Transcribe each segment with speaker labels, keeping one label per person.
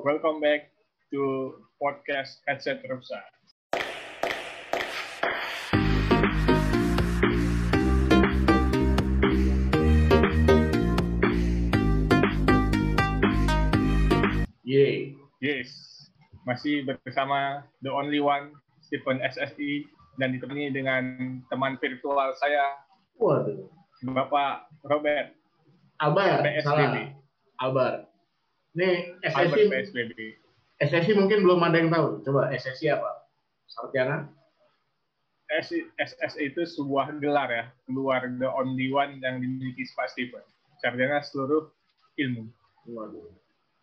Speaker 1: Welcome back to podcast Headset Rusa.
Speaker 2: Yeay.
Speaker 1: Yes, masih bersama the only one Stephen SSI dan ditemani dengan teman virtual saya
Speaker 2: Waduh.
Speaker 1: Bapak Robert
Speaker 2: Abar. Salah.
Speaker 1: PSBB.
Speaker 2: Abar. Nih,
Speaker 1: Albert
Speaker 2: SSI,
Speaker 1: PSBB.
Speaker 2: SSI mungkin belum ada yang tahu. Coba SSI apa? Sarjana?
Speaker 1: S- SSI itu sebuah gelar ya, keluar the only one yang dimiliki Pak Stephen. Sarjana seluruh ilmu.
Speaker 2: Waduh.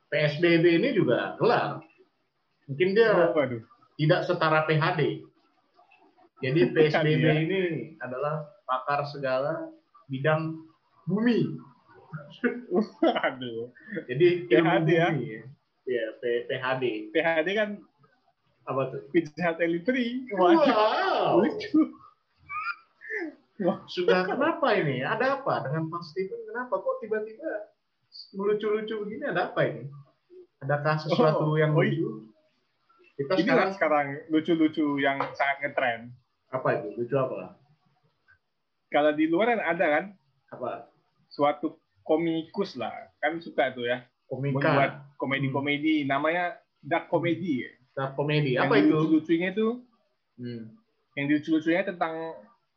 Speaker 2: PSBB ini juga gelar. Mungkin dia
Speaker 1: Waduh,
Speaker 2: tidak setara PHD. Jadi PSBB
Speaker 1: Iya.
Speaker 2: ini adalah pakar segala bidang bumi.
Speaker 1: waduh.
Speaker 2: Jadi ilmu
Speaker 1: PHD ya.
Speaker 2: bumi. Ya. Iya, P- PHD.
Speaker 1: PHD kan
Speaker 2: Apa tuh?
Speaker 1: pizza delivery. Waduh,
Speaker 2: Wow.
Speaker 1: lucu.
Speaker 2: Sudah kenapa ini? Ada apa dengan Mas Steven? Kenapa kok tiba-tiba lucu-lucu begini? Ada apa ini? Adakah
Speaker 1: Oh,
Speaker 2: sesuatu yang
Speaker 1: oh,
Speaker 2: lucu? Kita
Speaker 1: Ini
Speaker 2: sekarang
Speaker 1: kan sekarang lucu-lucu yang sangat ngetrend.
Speaker 2: apa itu? Lucu apa?
Speaker 1: Kalau di luar kan ada kan
Speaker 2: Apa?
Speaker 1: suatu komikus lah, kan suka tuh ya membuat
Speaker 2: Komika, Hmm.
Speaker 1: komedi-komedi. Namanya dark comedy.
Speaker 2: nah, komedi.
Speaker 1: Yang
Speaker 2: Apa itu?
Speaker 1: Lucunya itu
Speaker 2: Hmm,
Speaker 1: yang lucu-lucunya tentang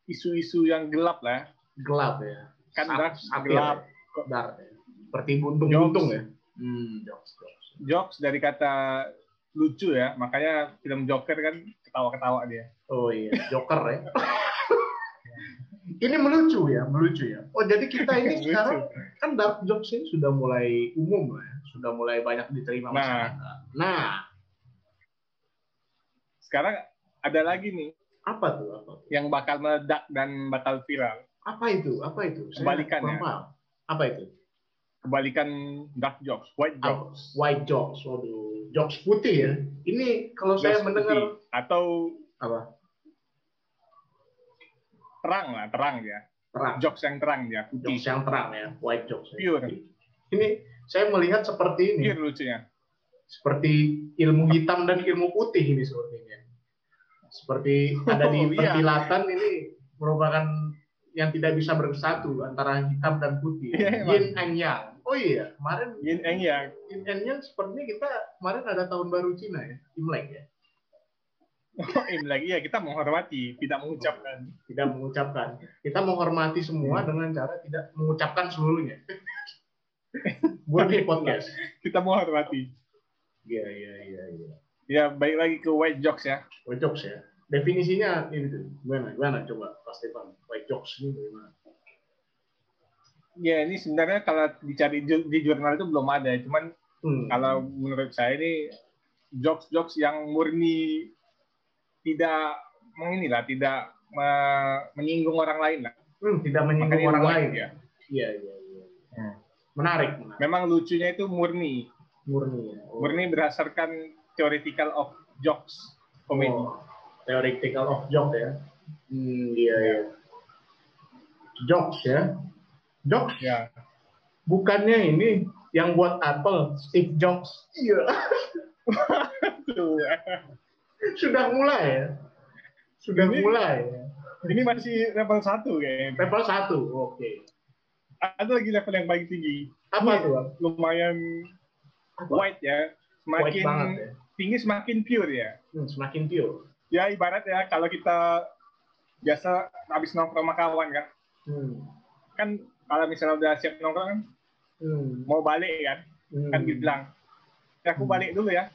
Speaker 1: isu-isu yang gelap lah.
Speaker 2: gelap ya.
Speaker 1: Kan
Speaker 2: Sat-
Speaker 1: dark
Speaker 2: satir
Speaker 1: gelap.
Speaker 2: ya. Kok dark ya? Seperti buntung-buntung
Speaker 1: Jokes.
Speaker 2: ya? Hmm, jokes, jokes.
Speaker 1: Jokes dari kata lucu ya, makanya film Joker kan ketawa-ketawa dia.
Speaker 2: Oh iya, Joker ya. ini melucu ya, melucu ya. Oh jadi kita ini
Speaker 1: Lucu.
Speaker 2: sekarang kan dark jokes ini sudah mulai umum lah ya, sudah mulai banyak diterima
Speaker 1: Nah.
Speaker 2: masyarakat. Nah,
Speaker 1: Sekarang ada lagi nih
Speaker 2: apa tuh? Apa, tuh?
Speaker 1: yang bakal meledak dan bakal viral.
Speaker 2: apa itu? Apa itu? Saya
Speaker 1: Kebalikannya.
Speaker 2: kurang paham. Apa itu?
Speaker 1: Kebalikan dark jokes, white
Speaker 2: Ah,
Speaker 1: jokes.
Speaker 2: White jokes, waduh, jokes putih ya. Ini kalau saya
Speaker 1: Jokes
Speaker 2: mendengar
Speaker 1: putih. atau
Speaker 2: apa?
Speaker 1: terang lah, terang dia.
Speaker 2: Terang.
Speaker 1: Jokes yang terang dia, putih.
Speaker 2: Jokes yang terang ya, white jokes. ya.
Speaker 1: Pure.
Speaker 2: Ini saya melihat seperti ini.
Speaker 1: Pure Iya, lucunya.
Speaker 2: seperti ilmu hitam dan ilmu putih ini sepertinya. Seperti ada di
Speaker 1: Oh, iya.
Speaker 2: perkilatan ini merupakan yang tidak bisa bersatu antara hitam dan putih.
Speaker 1: Iya, emang.
Speaker 2: Yin and Yang. Oh iya, kemarin
Speaker 1: Yin and yang.
Speaker 2: Yin and Yang sepertinya kita kemarin ada tahun baru Cina ya, Imlek ya.
Speaker 1: Imlek, iya kita menghormati, tidak mengucapkan.
Speaker 2: Tidak mengucapkan. Kita menghormati
Speaker 1: Iya.
Speaker 2: semua dengan cara tidak mengucapkan seluruhnya. Buat di podcast.
Speaker 1: Kita menghormati.
Speaker 2: Iya, iya, iya, iya.
Speaker 1: Ya, balik lagi ke white jokes ya.
Speaker 2: White jokes ya. Definisinya ini tuh. Gimana? Gimana coba Pak Stefan? White jokes ini gimana?
Speaker 1: Ya, ini sebenarnya kalau dicari ju- di jurnal itu belum ada. Cuman
Speaker 2: Hmm.
Speaker 1: kalau menurut saya ini jokes-jokes yang murni tidak menginilah, tidak me- menyinggung orang lain lah.
Speaker 2: Hmm, tidak menyinggung
Speaker 1: Makanya
Speaker 2: orang
Speaker 1: white ya?
Speaker 2: lain
Speaker 1: dia.
Speaker 2: Iya, iya, iya.
Speaker 1: Hmm.
Speaker 2: Menarik, menarik.
Speaker 1: Memang lucunya itu murni,
Speaker 2: Murni. Ya. Oh.
Speaker 1: murni berdasarkan theoretical of jokes komedi.
Speaker 2: Oh. Theoretical of joke ya. Hmm, iya, iya. Jokes ya. Jokes
Speaker 1: Ya,
Speaker 2: bukannya ini yang buat Apple, Steve Jobs. Iya.
Speaker 1: Tuh,
Speaker 2: Sudah mulai ya. Sudah
Speaker 1: Ini-
Speaker 2: mulai ya.
Speaker 1: ini masih level 1 kayaknya.
Speaker 2: Level 1. Oke.
Speaker 1: Ada lagi level yang paling tinggi.
Speaker 2: Apa
Speaker 1: Ini
Speaker 2: tuh?
Speaker 1: Lumayan
Speaker 2: Apa?
Speaker 1: white ya.
Speaker 2: White
Speaker 1: Semakin
Speaker 2: banget ya.
Speaker 1: tinggi semakin pure ya.
Speaker 2: Hmm, semakin pure.
Speaker 1: Ya ibarat ya kalau kita biasa habis nongkrong sama kawan kan.
Speaker 2: Hmm.
Speaker 1: Kan kalau misalnya udah siap nongkrong kan
Speaker 2: Hmm.
Speaker 1: mau balik kan.
Speaker 2: Hmm.
Speaker 1: Kan dibilang, ya aku balik dulu ya.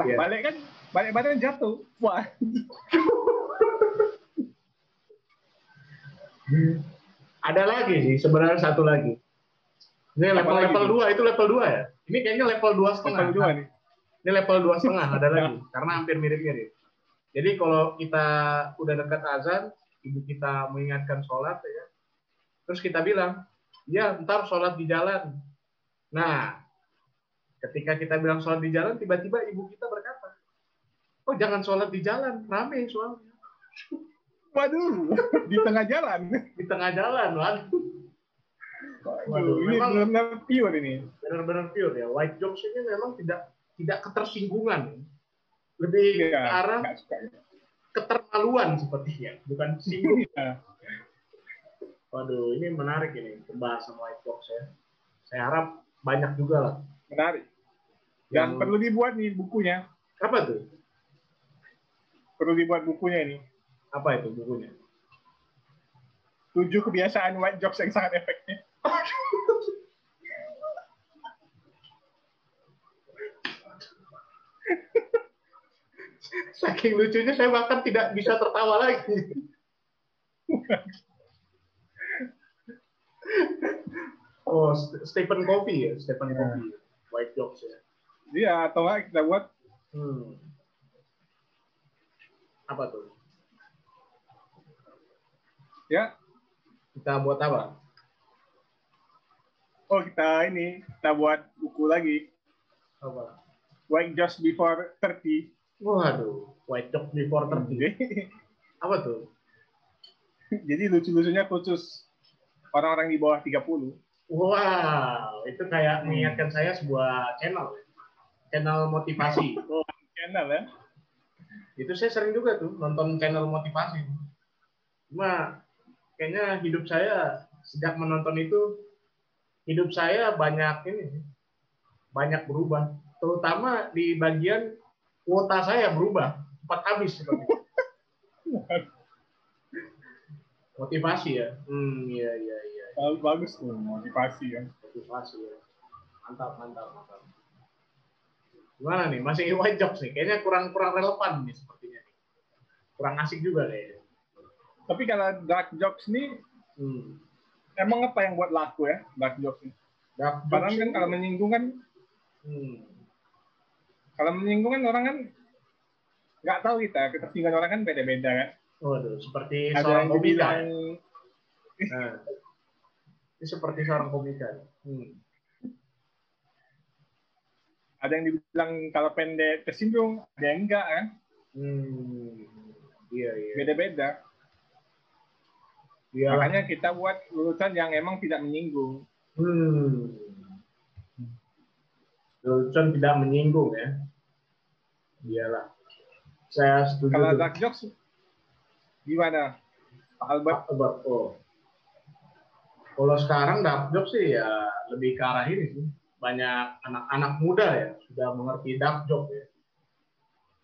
Speaker 1: Lah
Speaker 2: Iya.
Speaker 1: balik kan, balik badan jatuh. Wah,
Speaker 2: Hmm. Ada lagi sih, sebenarnya satu lagi. Ini
Speaker 1: Apa
Speaker 2: level
Speaker 1: lagi
Speaker 2: level
Speaker 1: nih?
Speaker 2: dua itu level 2 ya. Ini kayaknya level dua setengah.
Speaker 1: level Iya. 2 nih.
Speaker 2: Ini level dua setengah ada lagi, karena hampir mirip-mirip. Jadi kalau kita udah dekat azan, ibu kita mengingatkan sholat ya. Terus kita bilang, ya ntar sholat di jalan. Nah, ketika kita bilang sholat di jalan, tiba-tiba ibu kita berkata, oh jangan sholat di jalan, rame soalnya.
Speaker 1: Waduh, di tengah jalan.
Speaker 2: Di tengah jalan, waduh.
Speaker 1: Waduh, ini
Speaker 2: memang-
Speaker 1: benar-benar pure ini.
Speaker 2: benar-benar pure ya. White jokes ini memang tidak tidak ketersinggungan ya. lebih
Speaker 1: Iya,
Speaker 2: ke arah
Speaker 1: nggak suka.
Speaker 2: ketermaluan sepertinya bukan singgung
Speaker 1: Iya.
Speaker 2: waduh ini menarik ini pembahasan white box ya saya harap banyak juga lah
Speaker 1: Menarik. Dan
Speaker 2: Yang-
Speaker 1: perlu dibuat nih bukunya.
Speaker 2: apa tuh
Speaker 1: Perlu dibuat bukunya ini.
Speaker 2: apa itu bukunya
Speaker 1: Tujuh kebiasaan white jobs yang sangat efektif.
Speaker 2: saking lucunya saya bahkan tidak bisa tertawa lagi oh St- Stephen Covey ya Stephen
Speaker 1: Ya.
Speaker 2: Covey white jokes ya
Speaker 1: Iya, atau nggak kita buat
Speaker 2: Hmm. Apa tuh?
Speaker 1: ya.
Speaker 2: Kita buat apa?
Speaker 1: Oh, kita ini kita buat buku lagi.
Speaker 2: Apa?
Speaker 1: White jobs before 30.
Speaker 2: Waduh, white dog before 30.
Speaker 1: Jadi-
Speaker 2: Apa tuh?
Speaker 1: Jadi lucu-lucunya khusus orang-orang di bawah 30.
Speaker 2: Wow, itu kayak mengingatkan saya sebuah channel. ya. Channel motivasi.
Speaker 1: Oh, channel ya.
Speaker 2: itu saya sering juga tuh nonton channel motivasi. Cuma kayaknya hidup saya sejak menonton itu hidup saya banyak ini banyak berubah, terutama di bagian kuota saya berubah cepat habis seperti itu. motivasi ya. Hmm, iya iya iya
Speaker 1: Bagus- Bagus tuh motivasi ya.
Speaker 2: motivasi ya. Mantap mantap mantap. Gimana nih? Masih white jobs nih. Kayaknya kurang-kurang relevan nih sepertinya nih. Kurang asik juga kayaknya.
Speaker 1: Tapi kalau dark jokes nih
Speaker 2: Hmm.
Speaker 1: emang apa yang buat laku ya dark jokes ini?
Speaker 2: Dark
Speaker 1: Padahal
Speaker 2: Nah, jokes
Speaker 1: kan
Speaker 2: ini-
Speaker 1: kalau menyinggung kan
Speaker 2: Hmm.
Speaker 1: kalau menyinggung kan orang kan nggak tahu kita ketersinggungan orang kan beda-beda kan.
Speaker 2: Waduh, seperti
Speaker 1: Ada
Speaker 2: seorang
Speaker 1: yang
Speaker 2: komika. ya?
Speaker 1: dibilang
Speaker 2: Nah. Ini seperti seorang komika. Hmm.
Speaker 1: ada yang dibilang kalau pendek tersinggung, ada yang enggak kan.
Speaker 2: Hmm. Iya, iya.
Speaker 1: Beda-beda.
Speaker 2: Iya.
Speaker 1: Makanya kita buat urutan yang emang tidak menyinggung.
Speaker 2: Hmm. Lelucon tidak menyinggung ya. Iyalah. Saya setuju.
Speaker 1: Kalau
Speaker 2: tuh.
Speaker 1: dark jokes gimana? Pak Albert
Speaker 2: Pak Albert oh. Kalau sekarang dark job sih ya lebih ke arah ini sih. Banyak anak-anak muda ya sudah mengerti dark job ya.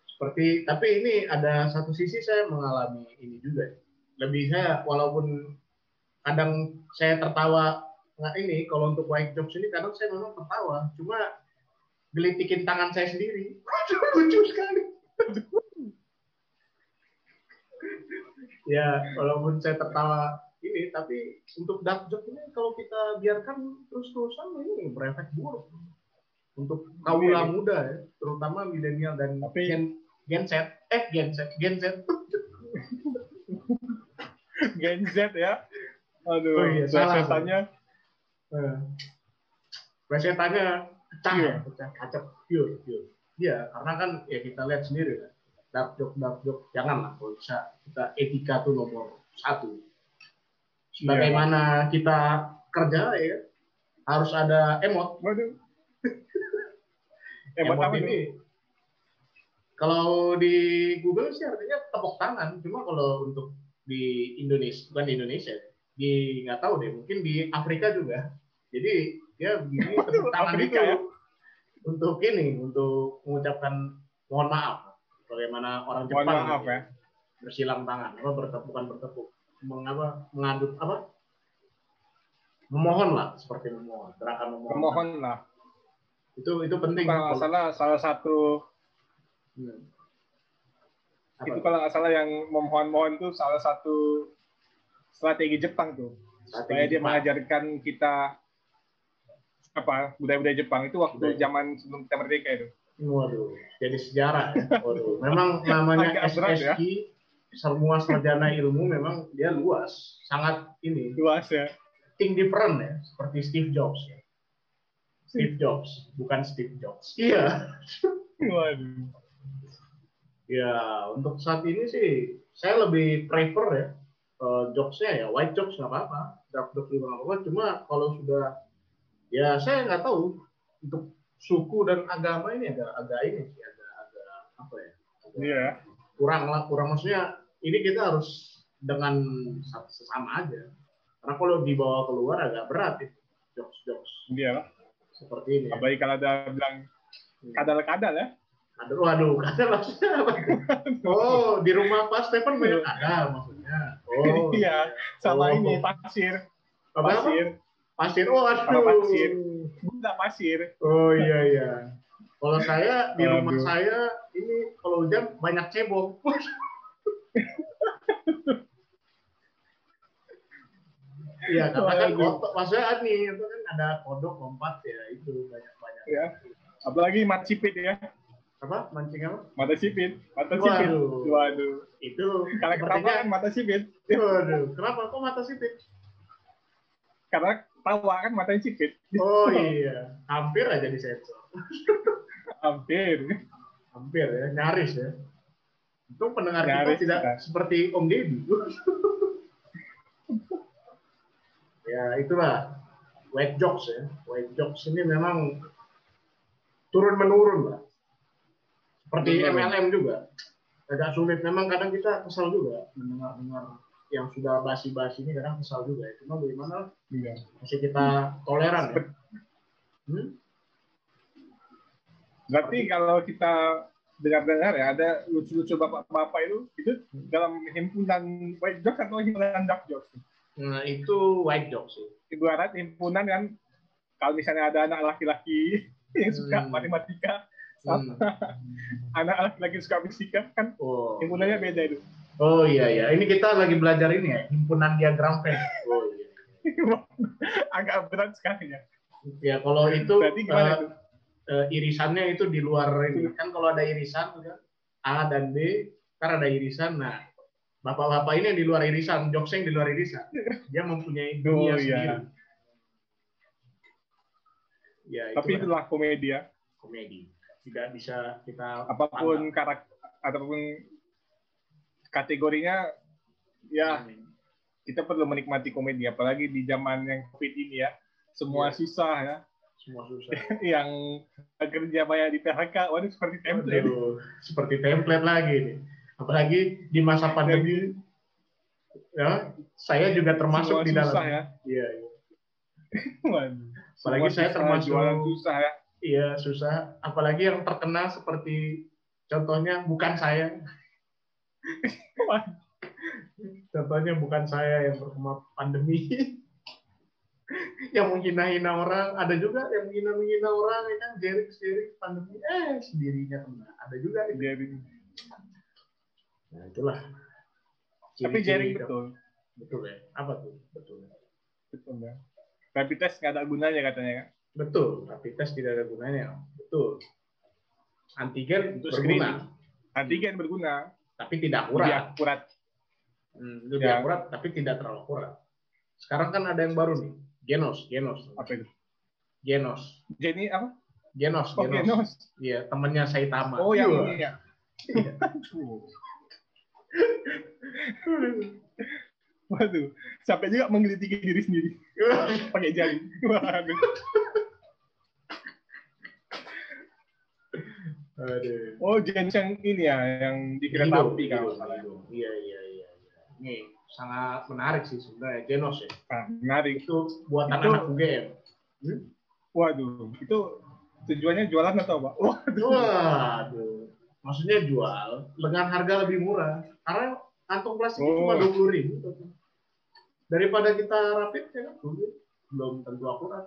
Speaker 2: Seperti tapi ini ada satu sisi saya mengalami ini juga. ya. Lebih saya walaupun kadang saya tertawa nggak Nah, ini kalau untuk white jobs ini kadang saya memang tertawa cuma gelitikin tangan saya sendiri lucu sekali ya walaupun saya tertawa ini tapi untuk dark joke ini kalau kita biarkan terus-terusan ini berefek buruk untuk
Speaker 1: Iya.
Speaker 2: kaula muda ya, terutama milenial dan
Speaker 1: Tapi-
Speaker 2: gen gen Z eh gen Z gen Z
Speaker 1: Gen Z ya. Aduh,
Speaker 2: Oh iya, salah.
Speaker 1: setannya
Speaker 2: Eh, Presetannya pecah, ya,
Speaker 1: Iya.
Speaker 2: pecah, kacep, pure, pure. Iya, karena kan ya kita lihat sendiri kan. Dark joke, dark joke, jangan lah kalau bisa. Kita etika tuh nomor satu.
Speaker 1: Iya.
Speaker 2: Bagaimana kita kerja ya, harus ada
Speaker 1: Ya.
Speaker 2: emot.
Speaker 1: Waduh. Eh, buat apa ini?
Speaker 2: Kalau di Google sih artinya tepuk tangan. Cuma kalau untuk di Indonesia, bukan di Indonesia, di nggak tahu deh, mungkin di Afrika juga. Jadi dia begini tepuk tangan
Speaker 1: Afrika
Speaker 2: itu
Speaker 1: ya?
Speaker 2: untuk ini, untuk mengucapkan mohon maaf. Bagaimana
Speaker 1: Mohon
Speaker 2: orang Jepang gitu.
Speaker 1: maaf ya.
Speaker 2: bersilang tangan, apa bertepuk, bukan bertepuk, mengapa mengadut apa? Memohon lah, seperti memohon, gerakan memohon.
Speaker 1: Mohon lah.
Speaker 2: Itu itu penting.
Speaker 1: Kalau nggak salah salah satu
Speaker 2: Hmm. Apa
Speaker 1: itu
Speaker 2: tuh?
Speaker 1: kalau nggak salah yang memohon-mohon itu salah satu strategi Jepang tuh.
Speaker 2: Strategi
Speaker 1: Supaya dia
Speaker 2: Jepang.
Speaker 1: mengajarkan kita apa budaya-budaya Jepang itu waktu
Speaker 2: Budaya.
Speaker 1: zaman sebelum kita merdeka itu.
Speaker 2: Waduh, jadi sejarah. ya. Waduh, memang namanya
Speaker 1: Agak berat ya.
Speaker 2: SSI semua sarjana ilmu memang dia luas, sangat ini
Speaker 1: Luas ya.
Speaker 2: think different ya, seperti Steve Jobs. Ya. Steve Jobs, bukan Steve Jobs. Iya.
Speaker 1: Waduh.
Speaker 2: Ya, untuk saat ini sih saya lebih prefer ya eh, jobsnya ya white jobs nggak apa-apa, dark jobs juga nggak apa-apa. Cuma kalau sudah ya saya nggak tahu untuk suku dan agama ini agak agak ini sih agak agak apa ya agak
Speaker 1: Iya.
Speaker 2: kurang lah kurang maksudnya ini kita harus dengan sa- sesama aja karena kalau dibawa keluar agak berat itu jokes jokes
Speaker 1: Iya lah.
Speaker 2: seperti ini ya.
Speaker 1: Apalagi kalau ada bilang kadal-kadal ya.
Speaker 2: Aduh, waduh, kadal maksudnya apa? Oh, di rumah Pak Stefan banyak kadal maksudnya. Oh,
Speaker 1: Iya. Sama
Speaker 2: Oh.
Speaker 1: ini pasir,
Speaker 2: Apa? Pasir.
Speaker 1: pasir,
Speaker 2: Pasir. Oh,
Speaker 1: Sama
Speaker 2: aduh.
Speaker 1: pasir. gula pasir.
Speaker 2: Oh iya iya. Kalau saya di rumah
Speaker 1: Aduh.
Speaker 2: saya ini kalau hujan banyak cebong. Iya, karena kan
Speaker 1: Waduh.
Speaker 2: kotor. Maksudnya nih, itu kan ada kodok lompat ya, itu banyak-banyak.
Speaker 1: Ya. Apalagi mat sipit ya.
Speaker 2: Apa? Mancing apa?
Speaker 1: Mata sipit, mata sipit.
Speaker 2: Waduh.
Speaker 1: Waduh.
Speaker 2: Itu.
Speaker 1: Kalau ketawa kan mata sipit.
Speaker 2: Waduh, kenapa kok mata sipit?
Speaker 1: Karena tawa kan matanya sipit.
Speaker 2: Oh iya, hampir aja disensor.
Speaker 1: Hampir.
Speaker 2: Hampir ya, nyaris ya. Untung pendengar
Speaker 1: Nyaris
Speaker 2: kita tidak
Speaker 1: kita.
Speaker 2: seperti Om Deddy. ya itulah white jokes ya. White jokes ini memang turun menurun lah.
Speaker 1: Turun
Speaker 2: Seperti
Speaker 1: menurun.
Speaker 2: MLM juga. Agak sulit. Memang kadang kita kesal juga mendengar-dengar yang sudah basi-basi ini kadang kesal juga. ya. Cuma bagaimana
Speaker 1: Iya.
Speaker 2: masih kita toleran ya. Hmm?
Speaker 1: Berarti kalau kita dengar-dengar ya ada lucu-lucu bapak-bapak itu itu dalam himpunan white jokes atau himpunan dark jokes.
Speaker 2: Nah, itu white jokes sih.
Speaker 1: Ibarat himpunan kan kalau misalnya ada anak laki-laki yang suka
Speaker 2: Hmm.
Speaker 1: matematika,
Speaker 2: Hmm.
Speaker 1: anak laki-laki suka fisika kan
Speaker 2: Oh.
Speaker 1: himpunannya beda itu.
Speaker 2: oh iya iya, ini kita lagi belajar ini ya, himpunan diagram Venn. Oh iya.
Speaker 1: Agak berat sekali ya.
Speaker 2: Ya kalau itu
Speaker 1: Berarti gimana
Speaker 2: eh,
Speaker 1: itu?
Speaker 2: eh, irisannya itu di luar ini. Kan kalau ada irisan tuh kan A dan B, kan ada irisan. Nah, bapak-bapak ini yang di luar irisan, jokes yang di luar irisan. Dia mempunyai
Speaker 1: Oh, iya.
Speaker 2: dunia sendiri. Ya,
Speaker 1: Tapi
Speaker 2: itu
Speaker 1: itulah komedia.
Speaker 2: komedi. Tidak bisa kita
Speaker 1: Apapun karakter ataupun kategorinya ya
Speaker 2: pandang.
Speaker 1: kita perlu menikmati komedi apalagi di zaman yang covid ini ya semua
Speaker 2: Iya.
Speaker 1: susah ya
Speaker 2: semua susah.
Speaker 1: yang kerja banyak di PHK waduh seperti template
Speaker 2: Aduh, seperti template lagi nih. Apalagi di masa pandemi, ya, saya juga termasuk
Speaker 1: Semua
Speaker 2: di dalam.
Speaker 1: susah ya
Speaker 2: Iya, iya.
Speaker 1: Waduh.
Speaker 2: Apalagi
Speaker 1: Semua
Speaker 2: saya
Speaker 1: susah,
Speaker 2: termasuk-
Speaker 1: jualan susah ya
Speaker 2: Iya, susah. Apalagi yang terkena seperti contohnya bukan saya. contohnya bukan saya yang terkena pandemi. yang menghina-hina orang, ada juga yang menghina-menghina orang, ya kan jerik-jerik pandemi, eh sendirinya kena. Ada juga. itu.
Speaker 1: jaring
Speaker 2: Nah, itulah.
Speaker 1: tapi
Speaker 2: Ciri-ciri
Speaker 1: jaring
Speaker 2: hidup.
Speaker 1: betul
Speaker 2: Betul ya? Apa tuh? Betul.
Speaker 1: betul ya rapid test nggak ada gunanya katanya kan
Speaker 2: Betul. Rapid test tidak ada gunanya. Betul. Antigen
Speaker 1: Untuk
Speaker 2: berguna,
Speaker 1: antigen berguna
Speaker 2: tapi tidak
Speaker 1: lebih
Speaker 2: akurat.
Speaker 1: akurat
Speaker 2: Hmm, lebih
Speaker 1: Iya. Ya.
Speaker 2: akurat, tapi tidak terlalu akurat. Sekarang kan ada yang baru nih, Genos, Genos,
Speaker 1: apa itu
Speaker 2: Genos,
Speaker 1: Jenny apa
Speaker 2: Genos,
Speaker 1: oh,
Speaker 2: Genos.
Speaker 1: Genos.
Speaker 2: Iya, temennya Saitama.
Speaker 1: oh yang
Speaker 2: Iya.
Speaker 1: ini ya
Speaker 2: Iya.
Speaker 1: waduh sampai juga menggelitiki diri sendiri pakai jaring waduh
Speaker 2: Aduh.
Speaker 1: Oh, Jens yang ini ya, yang di kereta
Speaker 2: Lido,
Speaker 1: api
Speaker 2: Lido,
Speaker 1: kalau nggak salah. ya.
Speaker 2: Lido. Iya, iya, iya. iya. Ini sangat menarik sih sebenarnya Genos ya.
Speaker 1: Nah, menarik.
Speaker 2: Itu buatan
Speaker 1: Itu-
Speaker 2: anak UGM. Hmm?
Speaker 1: Waduh, itu tujuannya jualan atau apa? Waduh.
Speaker 2: Waduh. Maksudnya jual dengan harga lebih murah. Karena kantong plastik
Speaker 1: Oh.
Speaker 2: cuma dua puluh ribu. Daripada kita rapid ya kan dulu belum tentu akurat.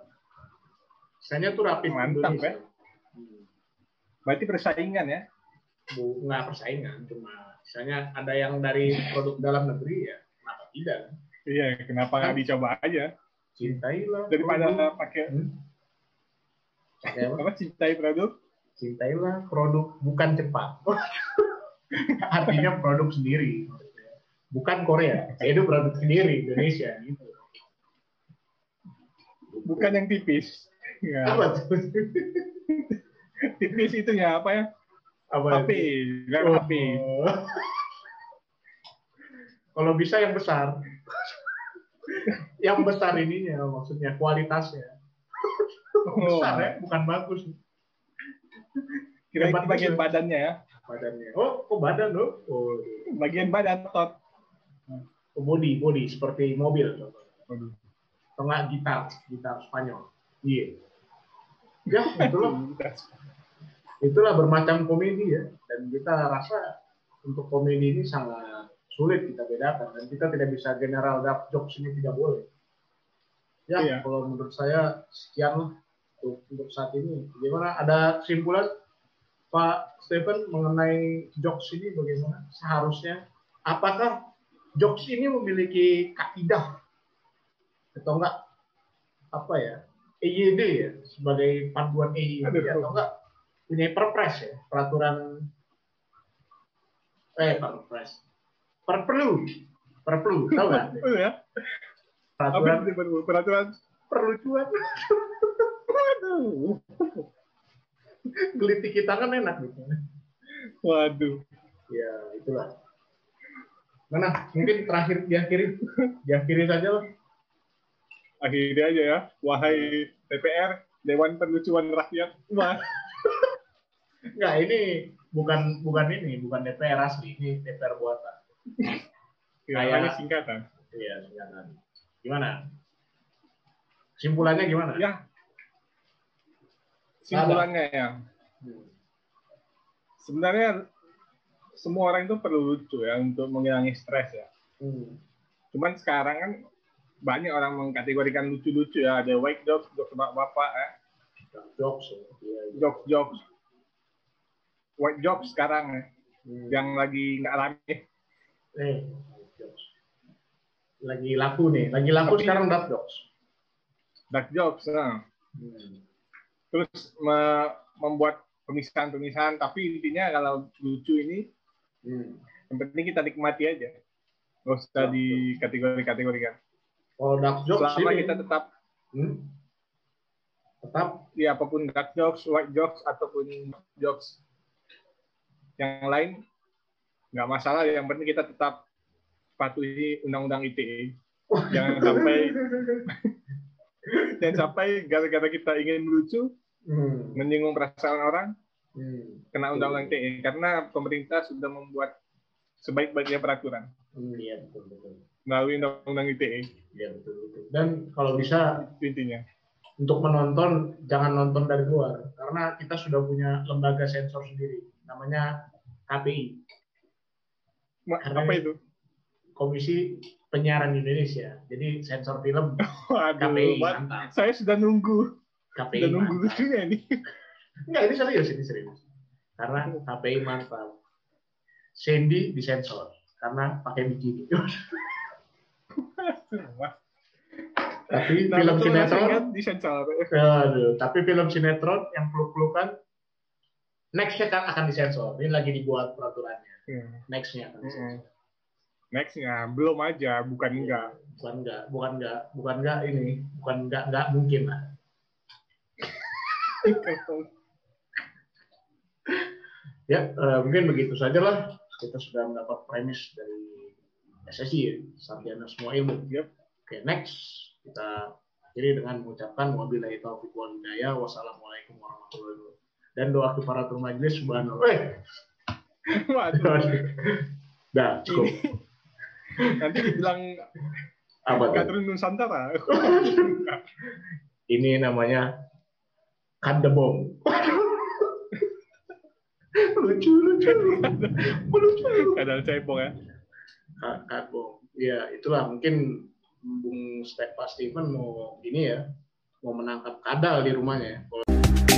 Speaker 2: Misalnya tuh rapid
Speaker 1: Mantap,
Speaker 2: Indonesia.
Speaker 1: ya.
Speaker 2: Hmm.
Speaker 1: Berarti persaingan ya.
Speaker 2: Bu, nggak persaingan, cuma misalnya ada yang dari produk dalam negeri ya, kenapa tidak?
Speaker 1: Iya, kenapa nggak
Speaker 2: Kan-
Speaker 1: dicoba aja?
Speaker 2: Cintailah. produk.
Speaker 1: Daripada pakai
Speaker 2: Hmm? Pakai apa?
Speaker 1: apa cintai produk.
Speaker 2: cintailah produk bukan Jepang. Artinya produk sendiri. Bukan Korea. Itu produk sendiri Indonesia gitu.
Speaker 1: Bukan yang tipis. Ya,
Speaker 2: apa tuh?
Speaker 1: tipis itu ya apa ya?
Speaker 2: Apa
Speaker 1: HP,
Speaker 2: itu?
Speaker 1: rem
Speaker 2: Oh.
Speaker 1: HP.
Speaker 2: Kalau bisa yang besar. yang besar ininya maksudnya kualitasnya.
Speaker 1: Oh,
Speaker 2: Besar ya, bukan bagus.
Speaker 1: Kira
Speaker 2: Hebat
Speaker 1: bagian
Speaker 2: banget.
Speaker 1: badannya ya.
Speaker 2: badannya. Oh, oh badan loh. Oh,
Speaker 1: Bagian badan tot.
Speaker 2: oh, body, body seperti mobil. Tengah gitar, gitar Spanyol. Iya. Ya, itulah, itulah bermacam komedi ya. Dan kita rasa untuk komedi ini sangat sulit kita bedakan dan kita tidak bisa general dark jokes ini tidak boleh. Ya,
Speaker 1: Iya.
Speaker 2: kalau menurut saya sekian lah untuk, untuk saat ini. Bagaimana ada kesimpulan Pak Stephen mengenai jokes ini bagaimana seharusnya? Apakah jokes ini memiliki kaidah atau enggak apa ya EYD ya sebagai panduan EYD
Speaker 1: Aduh.
Speaker 2: atau enggak punya perpres ya peraturan eh perpres perperlu perplu tahu nggak
Speaker 1: Betul ya. Apa
Speaker 2: peraturan
Speaker 1: itu betul peraturan?
Speaker 2: perlucuan
Speaker 1: Waduh.
Speaker 2: gelitik kita kan enak gitu
Speaker 1: Waduh.
Speaker 2: ya itulah mana mungkin terakhir diakhiri diakhiri saja lah
Speaker 1: Akhirnya aja ya. Wahai DPR, Dewan Perlucuan Rakyat. Wah.
Speaker 2: Enggak, ini bukan bukan ini, bukan DPR asli, ini DPR buatan.
Speaker 1: Kayaknya singkatan.
Speaker 2: Iya, silakan. Gimana? Simpulannya gimana?
Speaker 1: Ya. Simpulannya ya. Sebenarnya semua orang itu perlu lucu ya untuk mengurangi stres ya.
Speaker 2: Hmm.
Speaker 1: Cuman sekarang kan banyak orang mengkategorikan lucu-lucu ya. Ada white jokes, jokes bapak-bapak ya.
Speaker 2: Jokes. ya. Iya, iya.
Speaker 1: Jokes-jokes. White jokes sekarang ya.
Speaker 2: Hmm.
Speaker 1: Yang lagi nggak rame.
Speaker 2: Eh, jokes. Lagi laku nih, lagi laku
Speaker 1: Tapi-
Speaker 2: sekarang dark jokes.
Speaker 1: Dark jokes. nah.
Speaker 2: Hmm.
Speaker 1: Terus me- membuat pemisahan-pemisahan. Tapi intinya kalau lucu ini,
Speaker 2: Hmm.
Speaker 1: yang penting kita nikmati aja. Nggak usah
Speaker 2: Ya,
Speaker 1: dikategori-kategorikan.
Speaker 2: Kalau dark jokes
Speaker 1: Selama
Speaker 2: ini
Speaker 1: kita tetap
Speaker 2: hmm, tetap
Speaker 1: ya apapun dark jokes, white jokes ataupun jokes yang lain nggak masalah yang penting kita tetap patuhi undang-undang ITE jangan sampai
Speaker 2: Hmm.
Speaker 1: jangan sampai gara-gara kita ingin lucu
Speaker 2: Hmm.
Speaker 1: menyinggung perasaan orang
Speaker 2: Hmm.
Speaker 1: kena undang-undang ITE karena pemerintah sudah membuat sebaik-baiknya peraturan
Speaker 2: Hmm, Iya, betul betul.
Speaker 1: melalui undang-undang ITE
Speaker 2: Iya, betul betul. Dan kalau bisa
Speaker 1: itu intinya
Speaker 2: untuk menonton jangan nonton dari luar karena kita sudah punya lembaga sensor sendiri namanya KPI
Speaker 1: Ma- apa itu
Speaker 2: Komisi Penyiaran Indonesia jadi sensor film
Speaker 1: waduh
Speaker 2: KPI
Speaker 1: Mat,
Speaker 2: mantap
Speaker 1: saya sudah nunggu
Speaker 2: KPI
Speaker 1: sudah nunggu
Speaker 2: mantap
Speaker 1: lucunya nih
Speaker 2: enggak ini serius ini serius karena KPI mantap Sandy disensor karena pakai bikini tapi film sinetron
Speaker 1: disensor.
Speaker 2: aduh, tapi film sinetron yang peluk-pelukan nextnya kan akan disensor ini lagi dibuat peraturannya nextnya akan disensor
Speaker 1: Iya. Nextnya belum aja,
Speaker 2: Iya.
Speaker 1: bukan enggak.
Speaker 2: bukan enggak bukan enggak bukan enggak ini bukan enggak enggak mungkin lah ya eh, mungkin begitu saja lah kita sudah mendapat premis dari SSI ya sarjana semua ilmu
Speaker 1: Yep.
Speaker 2: oke next kita akhiri dengan mengucapkan wabillahi taufiq wal hidayah wassalamualaikum warahmatullahi wabarakatuh dan doa keparatul majelis subhanallah eh
Speaker 1: Waduh,
Speaker 2: dah cukup
Speaker 1: nanti dibilang
Speaker 2: apa tuh?
Speaker 1: Katrin Nusantara.
Speaker 2: ini namanya kandebong lucu lucu lucu
Speaker 1: Kadang cebong ya.
Speaker 2: Ka- kagum. Ya, itulah mungkin Bung Step Steven mau ini ya, mau menangkap kadal di rumahnya ya.